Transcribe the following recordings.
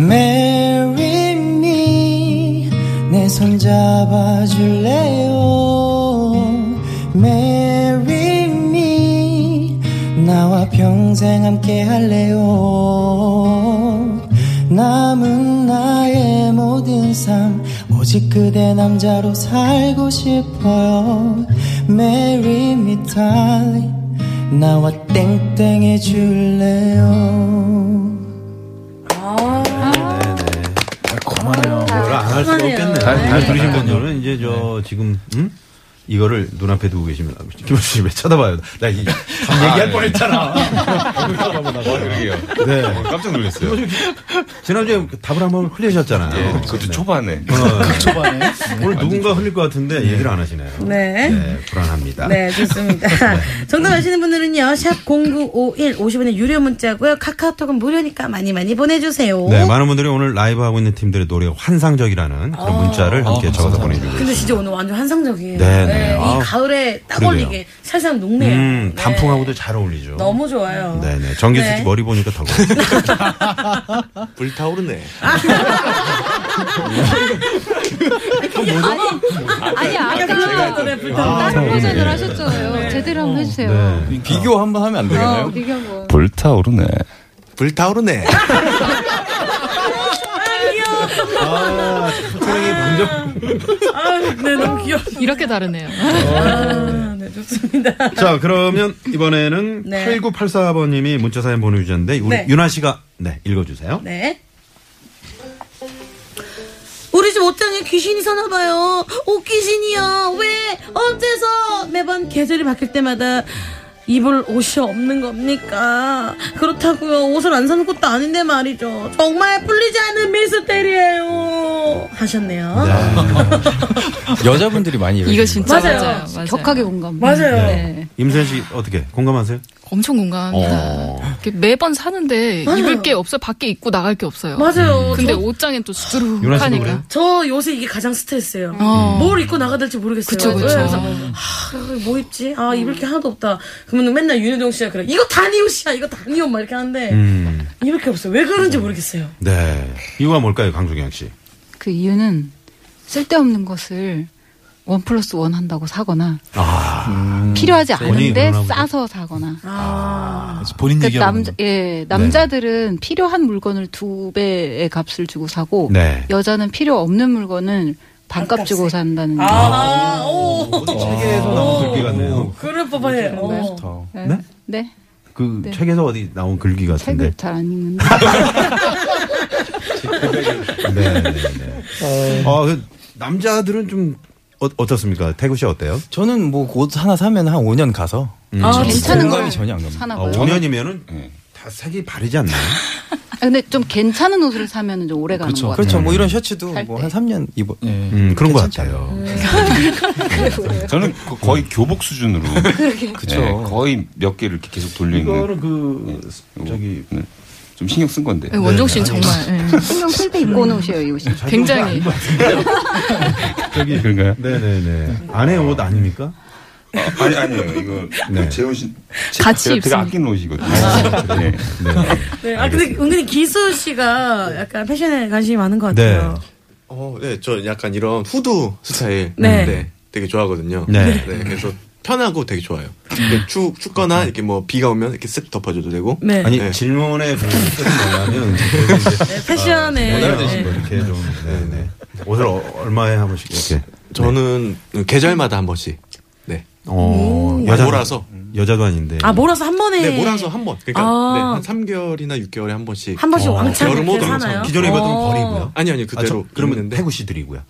Marry me 내 손 잡아줄래요 Marry me 나와 평생 함께 할래요 남은 나의 모든 삶 오직 그대 남자로 살고 싶어요 Marry me darling 나와 땡땡 해줄래요 이걸 안할 수가 그만해요. 없겠네요. 잘 들으신 분들은 이제 저 지금 음? 이거를 눈앞에 두고 계시면 김원수 씨왜 쳐다봐요? 나 이, 참 얘기할 뻔했잖아. 아, 그러게요. 네. 어, 깜짝 놀랐어요. 지난주에 답을 한번 흘리셨잖아요. 네. 어, 예, 그것도 초반에. 초반에 오늘 누군가 흘릴 것 같은데 얘기를 안 하시네요. 네. 네, 불안합니다. 네, 좋습니다. 정답 아시는 분들은요, 샵0951 50원의 유료 문자고요. 카카오톡은 무료니까 많이 많이 보내주세요. 네, 많은 분들이 오늘 라이브 하고 있는 팀들의 노래가 환상적이라는 그런 문자를 함께 적어서 보내주고 어. 근데 진짜 오늘 완전 환상적이에요. 네, 네. 이 아우, 가을에 딱 그러게요. 어울리게 살살 녹네요. 음, 네. 단풍하고도 잘 어울리죠. 너무 좋아요. 네네. 정기수 씨 머리 보니까 더 그래요. 불타오르네. 아니 아까 노래 불타. 다른 버전을 하셨잖아요. 제대로 한번 해주세요. 비교 한번 하면 안 되겠나요? 어, 비교 한번. 불타오르네. 불타오르네. 아, 초롱이 방정. 아, 네, 너무 귀여워. 이렇게 다르네요. 아, 네, 좋습니다. 자, 그러면 이번에는 네. 8984번님이 문자 사연 보내주셨는데, 우리 네. 윤아 씨가, 네, 읽어주세요. 네. 우리 집 옷장에 귀신이 사나봐요. 옷 귀신이야. 왜? 언제서? 매번 계절이 바뀔 때마다 입을 옷이 없는 겁니까? 그렇다고요. 옷을 안 사는 것도 아닌데 말이죠. 정말 풀리지 않은 미스테리예요. 하셨네요. 여자분들이 많이 이러시는 이거 진짜 맞아요. 맞아요. 격하게 공감. 맞아요. 네. 임수현 씨, 어떻게, 공감하세요? 엄청 공감합니다. 이렇게 매번 사는데 음. 맞아요. 입을 게 없어요. 밖에 입고 나갈 게 없어요. 맞아요. 음. 근데 저, 옷장엔 또 유나 씨도 그래요? 주르륵하니까. 저 요새 이게 가장 스트레스예요. 어. 뭘 입고 나가야 될지 모르겠어요. 그쵸 음. 그쵸. 네, 그래서 아, 뭐 입지? 아, 입을 게 하나도 없다. 그러면 맨날 윤여정 씨가 그래. 이거 다니 네 옷이야. 이거 다니 옷. 막 이렇게 하는데. 음, 입을 게 없어요. 왜 그런지 모르겠어요. 네. 이유가 뭘까요, 강종경 씨? 그 이유는 쓸데없는 것을 원 플러스 원 한다고 사거나 음, 필요하지 않은데 싸서 사거나 본인 그러니까 얘기하는 남자 예 남자들은 필요한 물건을 두 배의 값을 주고 사고 네. 여자는 필요 없는 물건을 반값 주고 산다는 아, 오. 책에서 나온 글귀 같네요. 그럴 법해. 어. 어. 네? 네? 네? 그 네. 책에서 어디 나온 글귀 같은데. 책을 잘 안 읽는데 네, 네, 네. 아, 그 남자들은 좀 어, 어떻습니까? 태구 씨 어때요? 저는 뭐 옷 하나 사면 한 5년 가서 음. 아, 괜찮은 공감이 걸 전혀 안 갑니다. 사나 아, 봐요. 5년이면은 다 색이 바르지 않나요? 아, 근데 좀 괜찮은 옷을 사면 좀 오래 가는 것 같아요. 그렇죠. 뭐 이런 셔츠도 살 뭐 때. 한 3년 입어. 음, 그런 것 같아요. 저는 거- 거의 교복 수준으로. 그쵸. 예, 거의 몇 개를 이렇게 계속 돌리는. 이거는 그 저기 네. 좀 신경 쓴 건데. 네, 원종 씨는 정말 예. 네. 신경 쓸 때 입고 오는 옷이에요, 이 옷이. 굉장히 저기 그런가요? 네, 네, 네. 아내 옷 아닙니까? 아, 아니 아니요 이거 그 네. 재원 씨 제- 같이 제가 되게 입습니다. 아끼는 옷이거든요. 네. 네. 아, 근데 은근히 기수 씨가 약간 패션에 관심이 많은 것 네. 같아요. 어, 네, 저 약간 이런 후드 스타일. 네. 네. 되게 좋아하거든요. 네. 그래서 편하고 되게 좋아요. 이렇게 추, 춥거나 이렇게 뭐 비가 오면 이렇게 쓱 덮어줘도 되고. 네. 아니 네. 질문에 보는 뜻은 뭐냐면 저희가 이제 패션에. 원하는 네. 거 이렇게 좀 네, 네. 옷을 어, 얼마에 한 번씩 이렇게 저는 네. 계절마다 한 번씩. 네. 어, 몰아서? 여자도 아닌데 아, 몰아서 한 번에. 네, 몰아서 한 번. 그러니까 아. 네, 한 3개월이나 6개월에 한 번씩. 한 번씩 왕창 여름 옷 이렇게 엄청 사나요? 기존에 입었던 어. 건 버리고요. 아니 아니 아, 저, 네, 그대로 그러면 입는데. 태구 씨들이고요.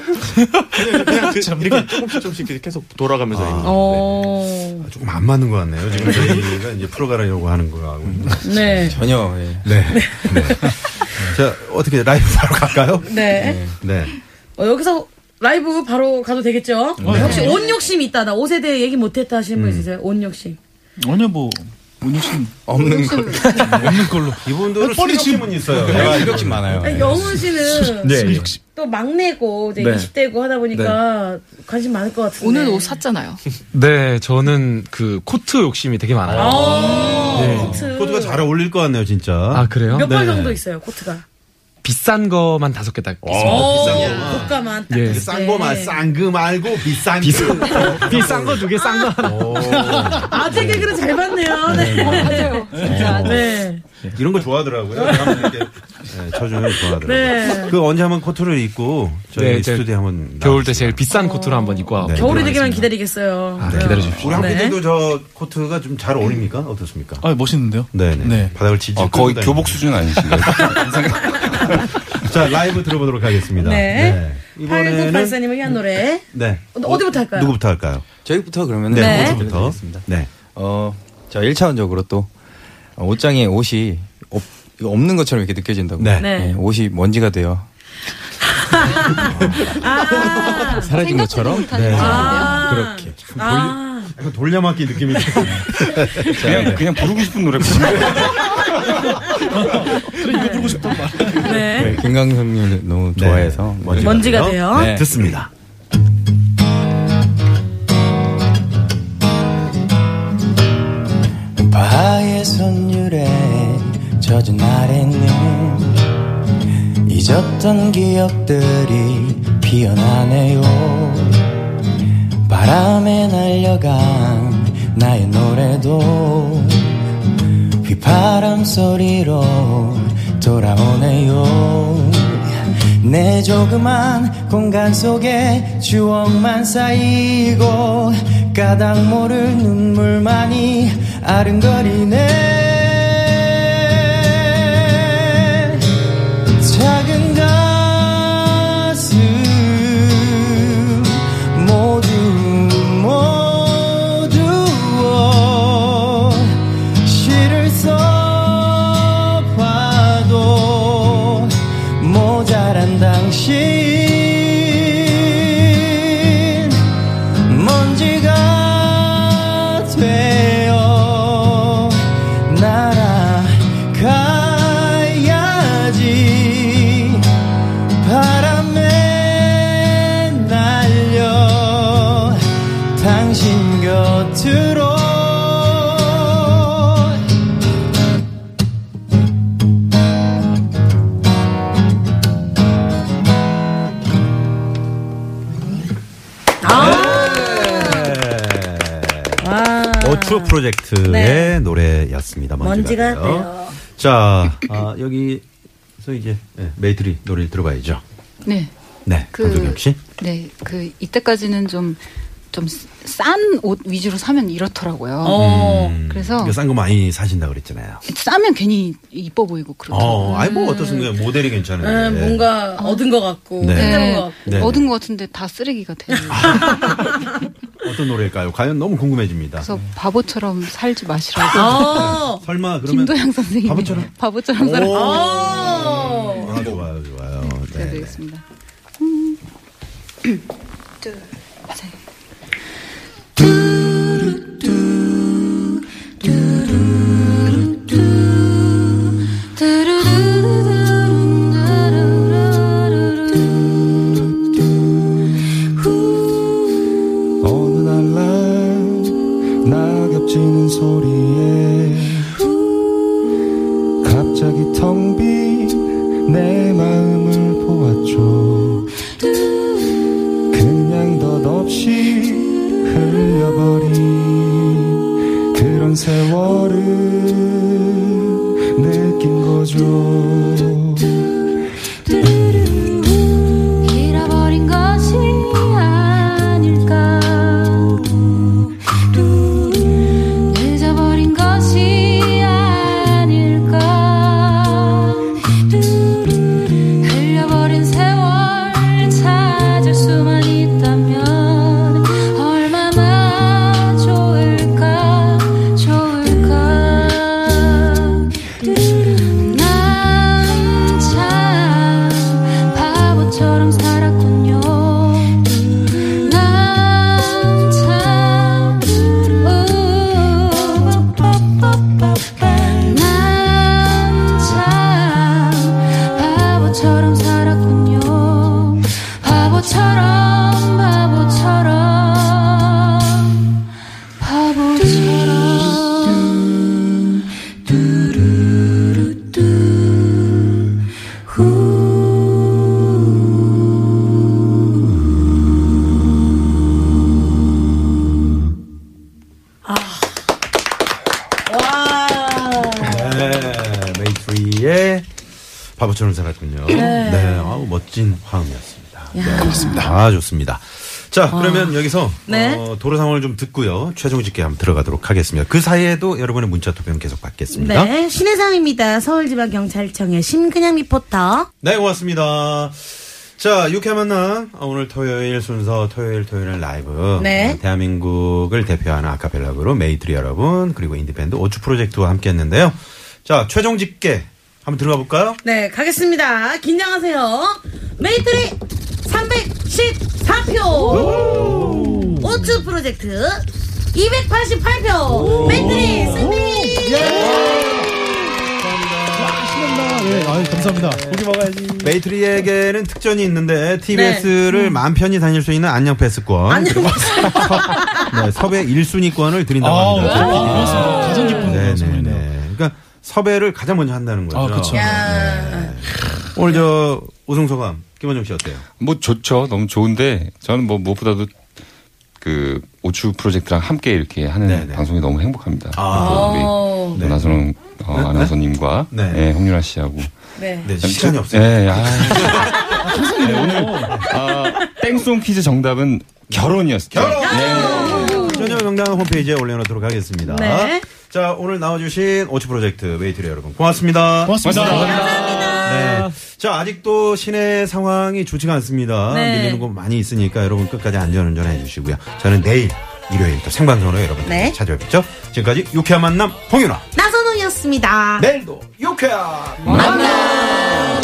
그냥, 그냥 그, 이렇게 조금씩 조금씩 이렇게 계속 돌아가면서 입는. 어. 아, 조금 안 맞는 것 같네요. 지금 저희가 이제 풀어가려고 하는 거하고. 네. 전혀. 예. 네. 네. 자, 어떻게 라이브 바로 갈까요? 네. 네. 어, 여기서 라이브 바로 가도 되겠죠? 어, 혹시 옷 욕심 있다. 나 옷에 대해 얘기 못했다 하시는 분 있으세요? 옷 욕심. 아니요 뭐 문효신 없는 거. 없는 걸로 이분도 뻘이 지금- 실력팀은 있어요. 내가 이렇게 많아요. 아니, 영훈 씨는 네. 또 막내고 이제 네. 20대고 하다 보니까 관심 많을 것 같은데. 오늘 옷 샀잖아요. 네, 저는 그 코트 욕심이 되게 많아요. 어? 아, 네. 코트. 코트가 잘 어울릴 것 같네요, 진짜. 아, 그래요? 몇 벌 네. 정도 있어요, 코트가? 비싼 거만 다섯 개 딱. 어, 비싼 어, 거만. 고가만. 딱 예. 있을 싼 때. 거만, 싼 거 말고 비싼 그 비싼 거. 어. 비싼 거 두 개, 싼 거 하나. 오, 아, 제 개그를 잘 봤네요. 네. 맞아요. 네. 어. 이런 거 좋아하더라고요. 한번 이렇게 네, 쳐주면 좋아하더라고요. 네. 그 언제 한번 코트를 입고 네, 저희 이제 스튜디오 한번 겨울 때 나와주세요. 제일 비싼 코트를 한번 입고 와. 네. 겨울이 되기만 기다리겠어요. 아, 네. 기다려 주십시오. 우리 한국 네. 대도 저 코트가 좀 잘 어울립니까? 어떻습니까? 아 멋있는데요? 네네. 네. 바닥을 지지. 어, 거의 교복 수준 아니신가요? 자 라이브 들어보도록 하겠습니다. 네. 이번에는 8984님을 위한 노래. 네. 어디부터 할까요? 누구부터 할까요? 저희부터 그러면 네. 누구부터? 네. 어, 자, 1차원적으로 또 어, 옷장에 옷이 없, 이거 없는 것처럼 이렇게 느껴진다고. 네. 네. 예, 옷이 먼지가 돼요. 아, 사라진 것처럼. 못하는 아. 그렇게. 아. 약간 돌려막기 느낌이. 그냥 그냥 부르고 싶은 노래 부르는 거예요. 네. 네, 김강성님을 너무 좋아해서 먼지. 먼지가 돼요. 네. 듣습니다. 바의 선율에 젖은 아랫님 잊었던 기억들이 피어나네요 바람에 날려간 나의 노래도 휘파람 소리로 돌아오네요 내 조그만 공간 속에 추억만 쌓이고 까닭 모를 눈물만이 아른거리네 작은 가슴 모두 모두 시를 써봐도 모자란 당신 먼지가 되어 날아가야지 바람에 날려 당신 곁으로 아, 프로 네. 어, 프로젝트의 네. 노래였습니다. 먼지가, 먼지가 돼요. 돼요. 자, 아, 여기서 이제 네, 메이트리 노래를 들어봐야죠. 네. 네, 그- 강동혁 씨. 네, 그 이때까지는 좀 좀 싼 옷 위주로 사면 이렇더라고요. 어. 어, 그래서 싼 거 음, 많이 사신다 그랬잖아요. 싸면 괜히 이뻐 보이고 어, 그렇더라고요. 아니 뭐 어떻습니까? 모델이 괜찮은데. 음, 뭔가 얻은 것 같고 네. 네. 것 같고. 네. 얻은 것 같은데 다 쓰레기가 돼요. 어떤 노래일까요? 과연 너무 궁금해집니다. 그래서 바보처럼 살지 마시라고. 어. 아. 설마 그러면 김도영 선생님 바보처럼 바보처럼 살아. 오. 아. 아, 좋아요, 좋아요. 네, 네. 드리겠습니다. 어느 날날 낙엽지는 소리에 갑자기 텅 빈 내 마음을 보았죠 그냥 덧없이 흘려버린 그런 세월을 느낀 거죠 잃어버린 것이 아닐까 늦어버린 것이 아닐까 흘려버린 세월 찾을 수만 있다면 얼마나 좋을까 좋을까 난참 바보처럼 살았군요 난참 난참 바보처럼 살았군요 바보처럼 바보처럼 바보처럼 네, 메이트리의 바보처럼 살았군요. 네. 네, 아우 멋진 화음이었습니다. 야. 아. 네, 좋습니다. 아 좋습니다. 자, 그러면 여기서 네. 어, 도로 상황을 좀 듣고요. 최종 집계 한번 들어가도록 하겠습니다. 그 사이에도 여러분의 문자 투표는 계속 받겠습니다. 네, 신혜상입니다. 서울지방경찰청의 심근양 리포터. 네, 고맙습니다. 자, 유쾌한 만남. 어, 오늘 토요일 순서, 토요일, 토요일 라이브. 네. 어, 대한민국을 대표하는 아카펠라 그룹 메이트리 여러분, 그리고 인디밴드 오츠 프로젝트와 함께 했는데요. 자, 최종 집계 한번 들어가 볼까요? 네, 가겠습니다. 긴장하세요. 메이트리 314표. 오츠 프로젝트 288표. 메이트리 승리. 네, 감사합니다. 고기 먹어야지. 메이트리에게는 특전이 있는데, TBS를 마음 편히 다닐 수 있는 네. 안녕 패스권. 그리고 네, 섭외 1순위권을 드린다고 아, 합니다. 네, 그렇습니다. 가장 기쁜 네, 네, 네. 그러니까 섭외를 가장 먼저 한다는 거죠. 네. 아, 그쵸. 오늘 저 우승 소감 김원종 씨 어때요? 뭐 좋죠. 너무 좋은데 저는 뭐 무엇보다도 그 오추 프로젝트랑 함께 이렇게 하는 방송이 너무 행복합니다. 아. 그리고 우리 문화선홍 어, 아나운서님과 네. 예, 홍윤아 씨하고 네. 네, 시간이 없어요. 예, 아, 네, 오늘 아, 땡송 퀴즈 정답은 네. 결혼이었어요. 결혼. 전혀 명당 홈페이지에 올려놓도록 하겠습니다. 네. 자 오늘 나와주신 오츠 프로젝트 메이트리 여러분 고맙습니다. 고맙습니다. 고맙습니다. 아. 네. 자 아직도 시내 상황이 좋지가 않습니다. 네. 밀리는 곳 많이 있으니까 여러분 끝까지 안전운전 해주시고요. 저는 내일 일요일 또 생방송으로 여러분 들 네. 찾아뵙죠. 지금까지 유쾌한 만남 홍윤아. 나선홍이었습니다. 내일도 유쾌한 만남.